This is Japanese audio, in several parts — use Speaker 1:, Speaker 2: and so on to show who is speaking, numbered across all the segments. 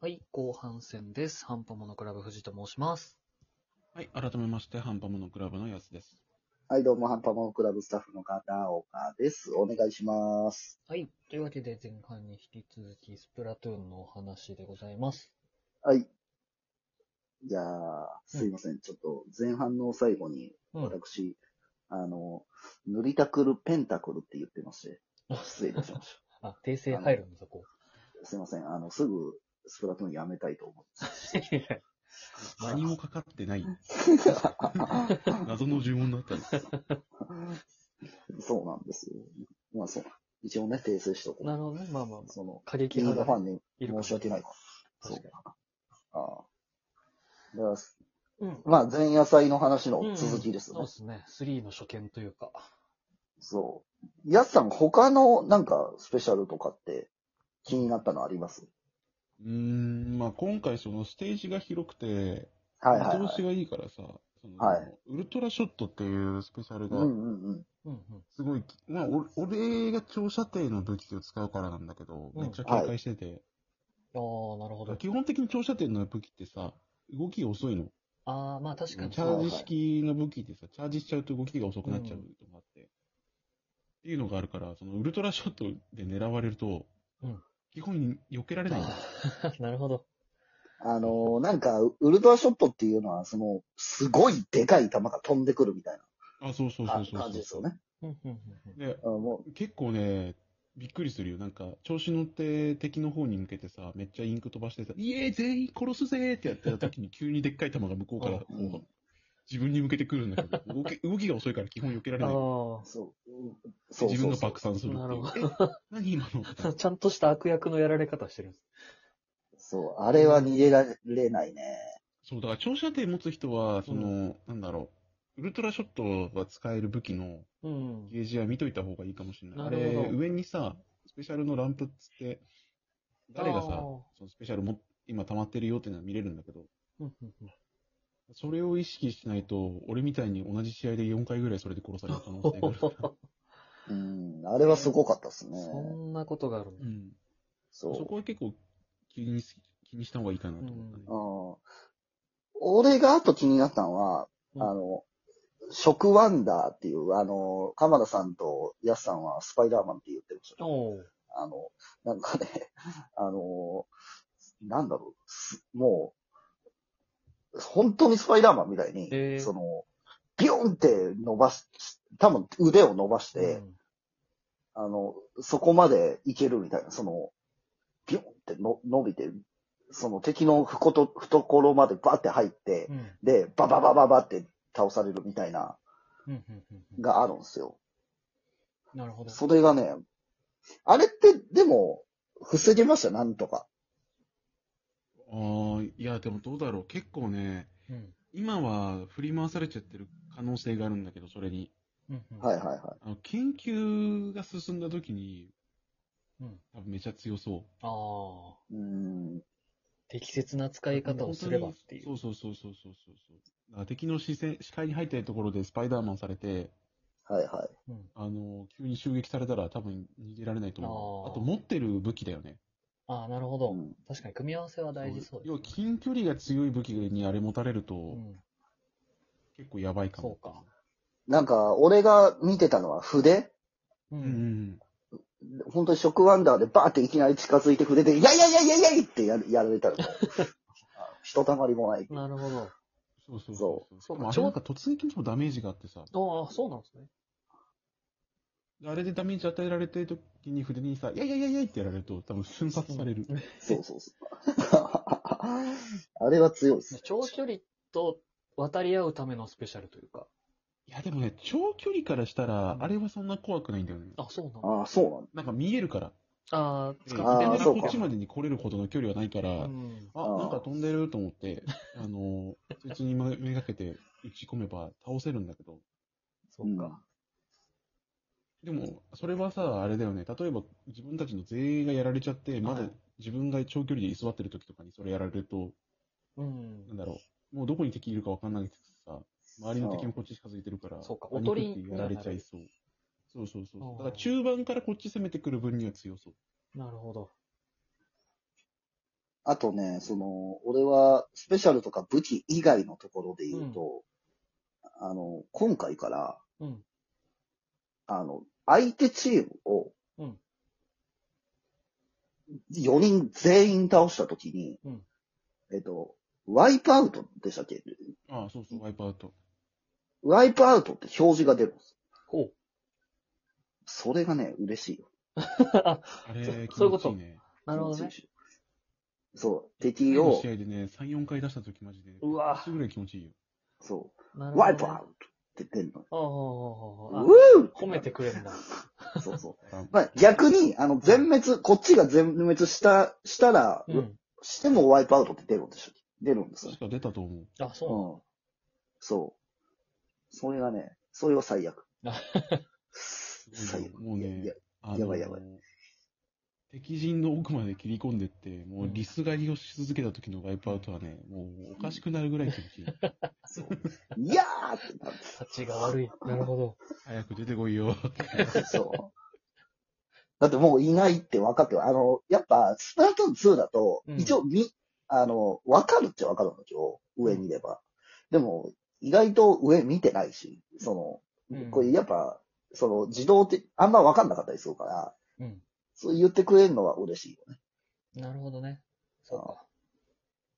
Speaker 1: はい、後半戦です。半端ものクラブ藤と申します。
Speaker 2: はい、改めまして、ハンパモノクラブのやつ です。
Speaker 3: はい、どうも、ハンパモンクラブスタッフの片岡です。お願いします。
Speaker 1: はい、というわけで前半に引き続きスプラトゥーンのお話でございます。
Speaker 3: はい。いやー、すいません。ちょっと、前半の最後に、
Speaker 1: うん。
Speaker 3: 私、あの、塗りたくるペンタクルって言ってまして、
Speaker 1: あ、
Speaker 3: 失礼いたしまし
Speaker 1: あ、訂正入るんだ、そこ。
Speaker 3: た。すいません。あの、すぐ、スプラトゥーンやめたいと思
Speaker 2: 何もかかって ない。
Speaker 3: って。
Speaker 2: 謎の呪文だったんです。
Speaker 3: そうなんですよ。まあ、そう。一応ね、訂正しとこ
Speaker 1: なるほどね。まあまあまあ。
Speaker 3: う。その、
Speaker 1: 過激
Speaker 3: 君の
Speaker 1: 派
Speaker 3: ファ
Speaker 1: が
Speaker 3: ンに
Speaker 1: いるか
Speaker 3: 申
Speaker 1: ら
Speaker 3: し訳ない。そ
Speaker 1: 確か
Speaker 3: う
Speaker 1: に。
Speaker 3: ああ。だから
Speaker 1: うん。
Speaker 3: まあ、前夜祭の話の続きですよ
Speaker 1: そう
Speaker 3: ね
Speaker 1: で。すね。3の初見というか。
Speaker 3: そう。やすさん、他のなんかスペシャルとかって気になったのあります
Speaker 2: うーん、まあ今回そのステージが広くて、
Speaker 3: はいはい、
Speaker 2: 見
Speaker 3: は
Speaker 2: 通し。
Speaker 3: い
Speaker 2: がいいからさ、その
Speaker 3: はい
Speaker 2: ウルトラショットっていうスペシャル
Speaker 3: う
Speaker 2: が
Speaker 3: んう、んうん。
Speaker 1: うんうん。
Speaker 2: すごい、まあお俺が長射程の武器を使うからなんだけど、
Speaker 1: うん
Speaker 2: めっちゃ警戒してて、
Speaker 1: ああ、なるほど。
Speaker 2: 基本的に長射程の武器ってさ、動きが遅いの。
Speaker 1: ああ、まあ確かに
Speaker 2: チ。ャージ式の武器ってさ、チャージしちゃうと動きが遅くなっちゃうとかあって、っていうのがあるから、そのウルトラショットで狙われると、
Speaker 1: うん
Speaker 2: 基本避けられないんだよ。
Speaker 1: なるほど。
Speaker 3: あのーなんか、ウルトラショットっていうのは、その、すごいでかい弾が飛んでくるみたい
Speaker 2: あ、そうそう
Speaker 3: な
Speaker 2: そう
Speaker 3: 感
Speaker 2: そう
Speaker 3: 感じですよね。
Speaker 1: うんうんうんうん
Speaker 2: で、
Speaker 3: あも
Speaker 2: 結構ね、びっくりするよ。なんか、調子乗って敵の方に向けてさ、めっちゃインク飛ばしてさ、イエーイ全員殺すぜーってやってた時に急にでっかい弾が向こうからこう、
Speaker 3: うん
Speaker 2: 自分に向けてくるんだけど、動き動きが遅いから基本避けられない。
Speaker 3: う、
Speaker 1: あ
Speaker 3: そううん。
Speaker 2: で
Speaker 3: そうそうそう
Speaker 2: 自分が爆散するっていう。
Speaker 1: な
Speaker 2: え何今の
Speaker 1: あ。 ちゃんとした悪役のやられ方してるんです。
Speaker 3: そう、あれは逃げられないね。
Speaker 2: そう、だから長射程持つ人は、その、なんだろう、ウルトラショットが使える武器の
Speaker 1: うん。
Speaker 2: ゲージは見といた方がいいかもしれない。
Speaker 1: な
Speaker 2: あ
Speaker 1: るほど
Speaker 2: れ、上にさ、スペシャルのランプっつって、誰がさ
Speaker 1: あー、
Speaker 2: そのスペシャルも今溜まってるよっていうのは見れるんだけど、
Speaker 1: うんうんうん
Speaker 2: それを意識しないと、俺みたいに同じ試合で4回ぐらいそれで殺される可能性があるから。
Speaker 3: うん、あれはすごかったっすね。
Speaker 1: そんなことがあるん
Speaker 2: う
Speaker 1: だ
Speaker 2: ん。
Speaker 3: そう。
Speaker 2: そこは結構気にし気にした方がいいかなと思ったね。
Speaker 1: う
Speaker 3: ああ俺があと気になったのは、
Speaker 1: うん
Speaker 3: あの、食ワンダーっていう、あの、鎌田さんとヤスさんはスパイダーマンって言ってましたね。
Speaker 1: おう
Speaker 3: あの、なんかね、あの、なんだろうす、もう、本当にスパイダーマンみたいに、
Speaker 1: えー
Speaker 3: その、ビョンって伸ばし、多分腕を伸ばして、
Speaker 1: うん
Speaker 3: あの、そこまでいけるみたいな、その、ピョンっての伸びて、その敵のふこと、懐までバって入って
Speaker 1: う、ん
Speaker 3: で、バババババって倒されるみたいな、
Speaker 1: うんうんうんうん
Speaker 3: があるんですよ。
Speaker 1: なるほど。
Speaker 3: それがね、あれって、でも、防げました、なんとか。
Speaker 2: ああ、いや、でもどうだろう。結構ね、
Speaker 1: うん
Speaker 2: 今は振り回されちゃってる可能性があるんだけど、それに。
Speaker 1: うんうん
Speaker 3: はいはいは
Speaker 2: あの研究が進んだ時に、
Speaker 1: うん
Speaker 2: 多分めちゃ強そう。
Speaker 1: ああ、
Speaker 3: い。うーん。
Speaker 1: 適切な使い方をすればっていう。
Speaker 2: 本当にそうそうそうそうそうそう。だから敵の視線、視界に入ってるところでスパイダーマンされて、
Speaker 3: はいはい。
Speaker 1: うん
Speaker 2: あの、急に襲撃されたら多分逃げられないと思
Speaker 1: あ
Speaker 2: う。
Speaker 1: ー
Speaker 2: あと持ってる武器だよね。
Speaker 1: ああ、なるほ
Speaker 3: う
Speaker 1: ど。
Speaker 3: ん
Speaker 1: 確かに組み合わせは大事そうです
Speaker 2: 要
Speaker 1: ね
Speaker 2: は近距離が強い武器にあれ持たれると、
Speaker 1: うん
Speaker 2: 結構やばいかも。
Speaker 1: そうか。
Speaker 3: なんか、俺が見てたのは筆
Speaker 1: う。
Speaker 2: うんん。
Speaker 3: 本当に食ワンダーでバーっていきなり近づいて筆で、いやいやいやいやいやいってやるやられたら、もうあひとたまりもない。
Speaker 1: なるほど。
Speaker 2: そうそうそう。
Speaker 1: そう
Speaker 2: でもあれなんか突撃にもダメージがあって
Speaker 1: あ
Speaker 2: さ。
Speaker 1: あ、そうなんですね。
Speaker 2: あれでダメージ与えられてる時に筆にさ、いやいやいやいやってやられると、多分瞬殺される。
Speaker 3: そうそうそう。 あれは強いです。
Speaker 1: 長距離と渡り合うためのスペシャルというか。
Speaker 2: いやでもね、長距離からしたら
Speaker 1: う、ん
Speaker 2: あれはそんな怖くないんだよね。
Speaker 1: あ、そうなんだ。
Speaker 3: ああ、そうなんだ。
Speaker 2: なんか見えるから。
Speaker 1: ああ、
Speaker 2: で
Speaker 1: 使って
Speaker 3: あ
Speaker 1: ね
Speaker 3: ーそうか
Speaker 2: こっちまでに来れるほどの距離はないから、
Speaker 1: うん
Speaker 2: あ
Speaker 3: あー
Speaker 2: なんか飛んでると思っ て、あの、普通にめめがけて打ち込めば倒せるんだけど。
Speaker 1: そうか。
Speaker 2: でも、それはさ、あれだよね。例えば、自分たちの全員がやられちゃって、まだ自分が長距離で居座ってる時とかにそれやられると、
Speaker 1: うん
Speaker 2: なんだろう。もうどこに敵いるかわかんないですさ、周りの敵もこっち近づいてるから、
Speaker 1: そうか
Speaker 2: パニック
Speaker 1: おとり
Speaker 2: ってやられちゃいそう。そうそうそう
Speaker 1: あ
Speaker 2: そ
Speaker 1: ー
Speaker 2: う。だから中盤からこっち攻めてくる分には強そう。
Speaker 1: なるほど。
Speaker 3: あとね、その、俺は、スペシャルとか武器以外のところで言うと、あの、今回から、
Speaker 1: うん。
Speaker 3: あの、相手チームを、
Speaker 1: うん
Speaker 3: 4人全員倒したときに、
Speaker 1: うん
Speaker 3: えっと、ワイプアウトでしたっけ
Speaker 2: ああ、そうそう、ワイプアウト。
Speaker 3: ワイプアウトって表示が出るんです。
Speaker 1: ほう。
Speaker 3: それがね、嬉しいよ。
Speaker 1: あ、
Speaker 2: あれ、
Speaker 1: そ
Speaker 2: 気持ちいいね。
Speaker 1: そういうことなるほど
Speaker 3: 気持
Speaker 1: ね
Speaker 3: ち。いいしそう、敵
Speaker 2: 次の
Speaker 3: を
Speaker 2: 試、合でね、3、4回出した時マジで。
Speaker 1: うわ
Speaker 2: 一緒ぐらい気持ちいいよ。
Speaker 3: そ
Speaker 1: なるほど、
Speaker 3: う、ワイプアウトって出る
Speaker 1: あ
Speaker 3: の。
Speaker 1: あ、ほうほうほうほう
Speaker 3: うー
Speaker 1: あ褒めてくれるんだ。
Speaker 3: そうそう。
Speaker 2: だから
Speaker 3: まあ、逆に、あの、全滅、こっちが全滅した、したら、
Speaker 1: うん。
Speaker 3: してもワイプアウトって出るんでしょ出るんですよ
Speaker 2: 確。か出たと思う。
Speaker 1: あ、そうなんだ
Speaker 3: うん。そう。それがね、それは最悪。
Speaker 2: すごい
Speaker 3: 最
Speaker 2: よ
Speaker 3: 悪。
Speaker 2: もう
Speaker 3: いや
Speaker 2: ね、あの
Speaker 3: やばいやばい。
Speaker 2: 敵陣の奥まで切り込んでって、もうリス狩りをし続けた時のワイプアウトはね、もうおかしくなるぐらい気持ちいい。
Speaker 3: そう。いやーってなる。
Speaker 1: 立ちが悪い。なるほど。
Speaker 2: 早く出てこいよ。
Speaker 3: そう。だってもういないって分かってるあの、やっぱ、スプラトゥーン2だと
Speaker 1: う、ん
Speaker 3: 一応み、あの、分かるっちゃ分かるんだけど、上見れば。でも、意外と上見てないし、その、
Speaker 1: うん
Speaker 3: これやっぱ、その、自動って、あんま分かんなかったりするから、
Speaker 1: うん。
Speaker 3: そう言ってくれるのは嬉しいよね。
Speaker 1: なるほどね。そうか。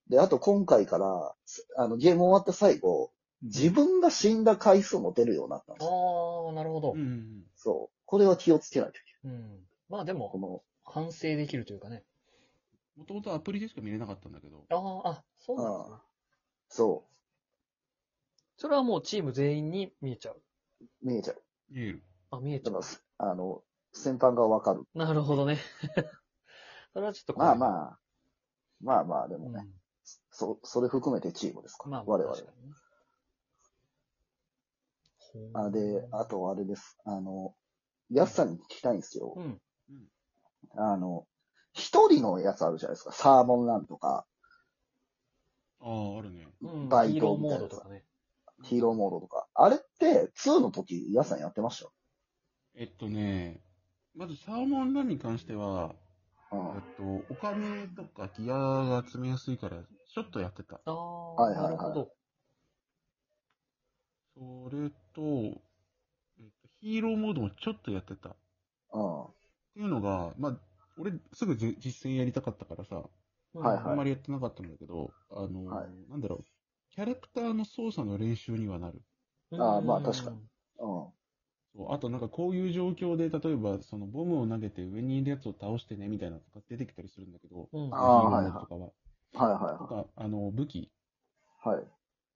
Speaker 3: で、あと今回から、あの、ゲーム終わった最後、自分が死んだ回数も出るようになったんですよ。
Speaker 1: ああ、なるほど
Speaker 2: う。ん。
Speaker 3: そう。これは気をつけないといけ
Speaker 1: うん。まあで
Speaker 3: ない。こ
Speaker 1: も、
Speaker 3: の、
Speaker 1: 反省できるというかね。
Speaker 2: もともとアプリでしか見れなかったんだけど、
Speaker 1: ああ、あ、そうなんですね。
Speaker 3: そ
Speaker 1: それはもうチーム全員に見えちゃう。
Speaker 3: う、見えちゃう。
Speaker 2: 見える。
Speaker 1: あ、見えち
Speaker 3: だ
Speaker 1: ゃ
Speaker 3: か
Speaker 1: う
Speaker 3: ら。すあの、先般がわかる。
Speaker 1: なるほどね。 それはちょっと
Speaker 3: まあま
Speaker 1: あ、
Speaker 3: あ、まあまあ、で
Speaker 1: う
Speaker 3: も
Speaker 1: ん、
Speaker 3: ね、
Speaker 1: ま
Speaker 3: そ、それ含めてチームですか
Speaker 1: あまあ、
Speaker 3: ら、我々。
Speaker 1: 確かにねほう
Speaker 3: あで、あとあれです。あの、やすさんに聞きたいんですよ。
Speaker 1: うん。
Speaker 3: あの、一人のやつあるじゃないですか。サーモンランとか、
Speaker 2: ああ、あるね。
Speaker 1: うん、
Speaker 3: バイ
Speaker 1: ヒーロ
Speaker 3: ト
Speaker 1: ー
Speaker 3: み
Speaker 1: モ
Speaker 3: た
Speaker 1: ー
Speaker 3: いな
Speaker 1: ドと
Speaker 3: やつ
Speaker 1: かね。
Speaker 3: ヒーローモードとか。あれって、2の時、やすさんやってました
Speaker 2: えっとね、まずサーモンランに関しては、
Speaker 3: うん。
Speaker 2: えっと、お金とかギアが集めやすいから、ちょっとやってた。
Speaker 1: ああ、
Speaker 3: はいはいはい
Speaker 1: なるほど。
Speaker 2: それと、えっと、ヒーローモードもちょっとやってた。っ
Speaker 3: うん。
Speaker 2: ていうのが、まあ、俺すぐじ実践やりたかったからさ、
Speaker 1: うん
Speaker 3: はい
Speaker 2: あんまりやってなかったんだけど、あの、
Speaker 3: はい
Speaker 2: なんだろう、キャラクターの操作の練習にはなる。
Speaker 3: ああまあ確か
Speaker 1: に。
Speaker 3: うん。
Speaker 2: そうあとなんかこういう状況で、例えばそのボムを投げて上にいるやつを倒してねみたいなのとか出てきたりするんだけど、
Speaker 1: うん。
Speaker 3: ああ
Speaker 2: ヒーロ
Speaker 3: は
Speaker 2: ーモー
Speaker 3: いはい
Speaker 2: ドとかは。
Speaker 3: はい
Speaker 2: と
Speaker 3: は
Speaker 2: か、あの、武器。
Speaker 3: いはい。はい。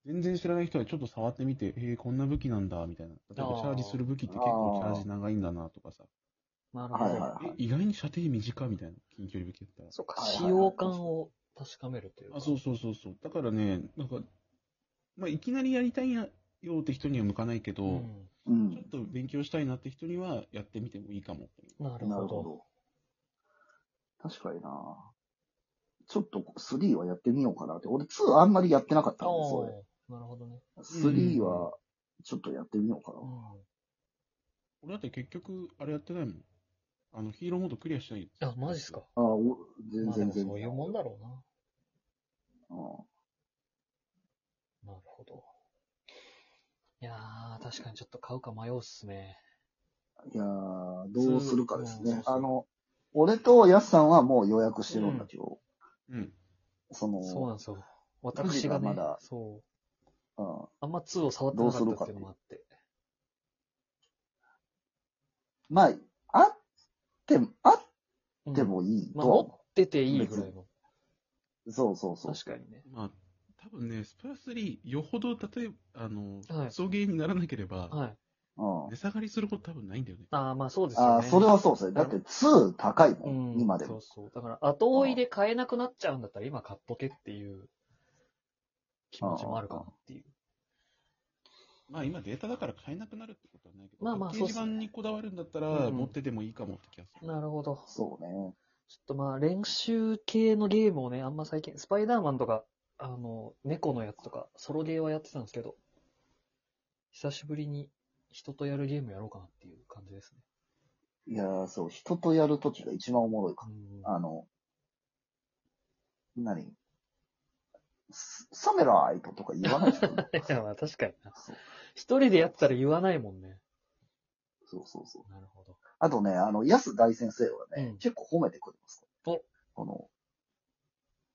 Speaker 2: 全然知らない人はちょっと触ってみて、へえ、こんな武器なんだ、みたいな。例えば
Speaker 1: あー
Speaker 2: チャージする武器って結構チャージ長いんだな、とかさ。
Speaker 1: なる
Speaker 3: はい
Speaker 1: ほ
Speaker 3: はい
Speaker 1: ど。
Speaker 3: はい
Speaker 2: え、。意外に射程短いみたいな、近距離武器だったら。
Speaker 1: そうか、
Speaker 3: はいはい
Speaker 1: 使用感を確かめるというか。
Speaker 2: あ、そうそうそうそう。だからね、なんか、まあ、いきなりやりたいよって人には向かないけど、
Speaker 1: うん。
Speaker 3: う
Speaker 2: ちょ
Speaker 3: ん
Speaker 2: っ。と勉強したいなって人にはやってみてもいいかも。
Speaker 1: なる
Speaker 3: な
Speaker 1: ほ
Speaker 3: るほ
Speaker 1: ど。
Speaker 3: ど。確かになちょっと3はやってみようかなって。俺2あんまりやってなかったんで、それ。
Speaker 1: ああ、なるほどね。
Speaker 3: 3はちょっとやってみようか
Speaker 1: う
Speaker 3: な。
Speaker 1: ん。
Speaker 2: 俺だって結局、あれやってないもん。あの、ヒーローモードクリアしたいよ。
Speaker 1: あ、マジっすか。
Speaker 3: ああ、お全
Speaker 1: まあで
Speaker 3: 然
Speaker 1: も
Speaker 3: 全
Speaker 1: そうい
Speaker 3: 然。
Speaker 1: うもんだろうな。
Speaker 3: う
Speaker 1: なるほど。いやー、確かにちょっと買うか迷うっすね。
Speaker 3: んいやーどうするかです
Speaker 1: うんそ
Speaker 3: ね
Speaker 1: う。そう
Speaker 3: あの、俺とやすさんはもう予約してるんだけど、
Speaker 2: うん。
Speaker 3: その、
Speaker 1: そうなんですよ。
Speaker 3: くじ
Speaker 1: 私
Speaker 3: が
Speaker 1: がね、
Speaker 3: まだ
Speaker 1: そう。
Speaker 3: うん
Speaker 1: あんま2を触ってなかったっていうのもあって。
Speaker 3: まあ、あって、あ
Speaker 1: うん
Speaker 3: ってもいいと
Speaker 1: まあ、
Speaker 3: は思
Speaker 1: 持ってていいぐらいの。
Speaker 3: う、そうそうそう。
Speaker 1: 確かにね。
Speaker 2: まあ、多分ね、スプラ3、よほど、例えば、あの、
Speaker 1: はい
Speaker 2: 送迎にならなければ、
Speaker 1: はい。
Speaker 3: うん
Speaker 2: 値下がりすること多分ないんだよね。
Speaker 1: ああ、まあそうですよね。
Speaker 3: ああ、それはそうですね。だって2高いも、
Speaker 1: うんん、
Speaker 3: 今で
Speaker 1: そ
Speaker 3: も
Speaker 1: う。そう。だから、後追いで買えなくなっちゃうんだったら、今買っとけっていう気持ちもあるかなっていう。
Speaker 2: まあ今データだから買えなくなるってことはないけど、
Speaker 1: まあまあ
Speaker 2: パッケージ
Speaker 1: そうっすね
Speaker 2: 版にこだわるんだったら、
Speaker 1: うんうん
Speaker 2: 持っててもいいかもって気がする。
Speaker 1: なるほど。
Speaker 3: そうね。
Speaker 1: ちょっとまあ、練習系のゲームをね、あんま最近、スパイダーマンとか、あの、猫のやつとか、ソロゲーはやってたんですけど、久しぶりに人とやるゲームやろうかなっていう感じですね。
Speaker 3: いやーそう、人とやるときが一番おもろいか
Speaker 1: う
Speaker 3: も
Speaker 1: ん
Speaker 3: あの、何ササメライトとか言わな いですよね
Speaker 1: いや、まあ確かにな
Speaker 3: そう。
Speaker 1: 一人でやったら言わないもんね。
Speaker 3: そうそうそう。
Speaker 1: なるほど。
Speaker 3: あとね、あの、安大先生はね、
Speaker 1: うん
Speaker 3: 結構褒めてくれます。
Speaker 1: お
Speaker 3: この、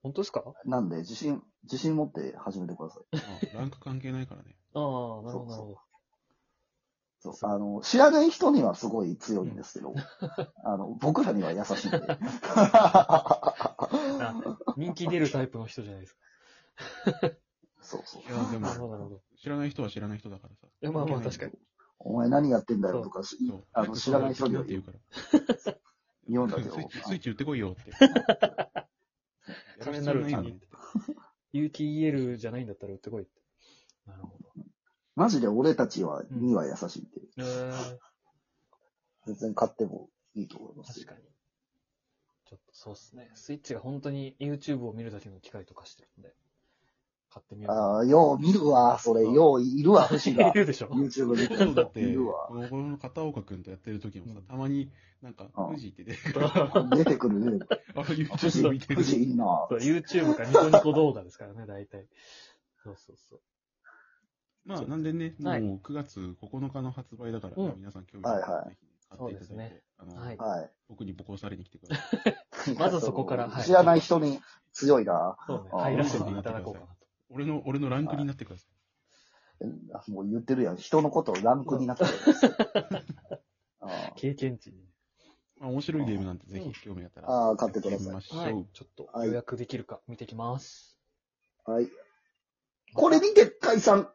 Speaker 1: 本当ですかあ
Speaker 3: なんで、自信、自信持って始めてください。
Speaker 2: あ ランク関係ないからね。
Speaker 1: あ、なるほど、なるほ
Speaker 3: そう
Speaker 1: そう
Speaker 3: あの、知らない人にはすごい強いんですけ ど、あの、僕らには優しいんで。
Speaker 1: ど。 あ人気出るタイプの人じゃないですか。
Speaker 3: そうそう
Speaker 2: い。や、で
Speaker 1: なるほど、なるほ
Speaker 2: も、
Speaker 1: ど。い
Speaker 2: 知らない人は知らない人だからさ。
Speaker 1: や、まあまあ
Speaker 2: 関
Speaker 1: 確か
Speaker 2: 係な
Speaker 1: に
Speaker 2: い。
Speaker 3: お前何やってんだよとか、
Speaker 2: そう
Speaker 3: いあの知らない人には
Speaker 2: って言うから。
Speaker 3: 言うんだけ ど
Speaker 2: スイ、ッチ、スイッチ売ってこい よって。
Speaker 1: 金になる
Speaker 2: や
Speaker 1: うち
Speaker 2: 必要ない
Speaker 1: に
Speaker 2: のに
Speaker 1: UTEL じゃないんだったら売ってこいって。なるほど。
Speaker 3: マジで俺たちは、には優しいんで、
Speaker 1: えー、
Speaker 3: 全然買ってもいいと思います
Speaker 1: 確
Speaker 3: よ。
Speaker 1: かに。ちょっとそうっすね。スイッチが本当に YouTube を見るだけの機会とかしてるんで、買ってみよう
Speaker 3: ああ、よう見るわ、それ、よういるわ、星
Speaker 1: かな。
Speaker 3: が
Speaker 1: い。るでしょ
Speaker 3: YouTube 見て
Speaker 2: そうだって、
Speaker 3: いるわ。
Speaker 2: この片岡くんとやってる時もさ
Speaker 1: うん、
Speaker 2: たまになんか、
Speaker 3: ああ
Speaker 2: 富士って出てくる。
Speaker 1: そう
Speaker 3: 出てくるね。
Speaker 2: あ、
Speaker 3: 富
Speaker 2: YouTube 見て
Speaker 3: 士、富
Speaker 2: る。
Speaker 3: 士いいな。
Speaker 1: YouTube かニコニコ動画ですからね、大体。そうそうそう。
Speaker 2: まあ、なんでね、も
Speaker 1: はいう
Speaker 2: 9月9日の発売だから
Speaker 1: うん、
Speaker 2: 皆さん興味ある方ぜひ買っていただいて、あ
Speaker 1: はい
Speaker 2: の、
Speaker 3: はい。
Speaker 2: 僕にボコをされに来てください。
Speaker 1: まずそこからはい
Speaker 3: 知らない人に強いな。
Speaker 1: そうね、
Speaker 3: あー
Speaker 1: 入らせていただこうかなと。
Speaker 2: 俺の、俺のランクになってくださ
Speaker 3: もう言ってるやん。人のことをランクになってる。 あ
Speaker 1: 経験値に。
Speaker 2: い。まあ、面白いゲームなんてぜひ興味あったら。
Speaker 3: ああ買ってください
Speaker 2: やみましょ。。
Speaker 1: はいうちょっと予約できるか見てきます。
Speaker 3: あはい。これ見て解散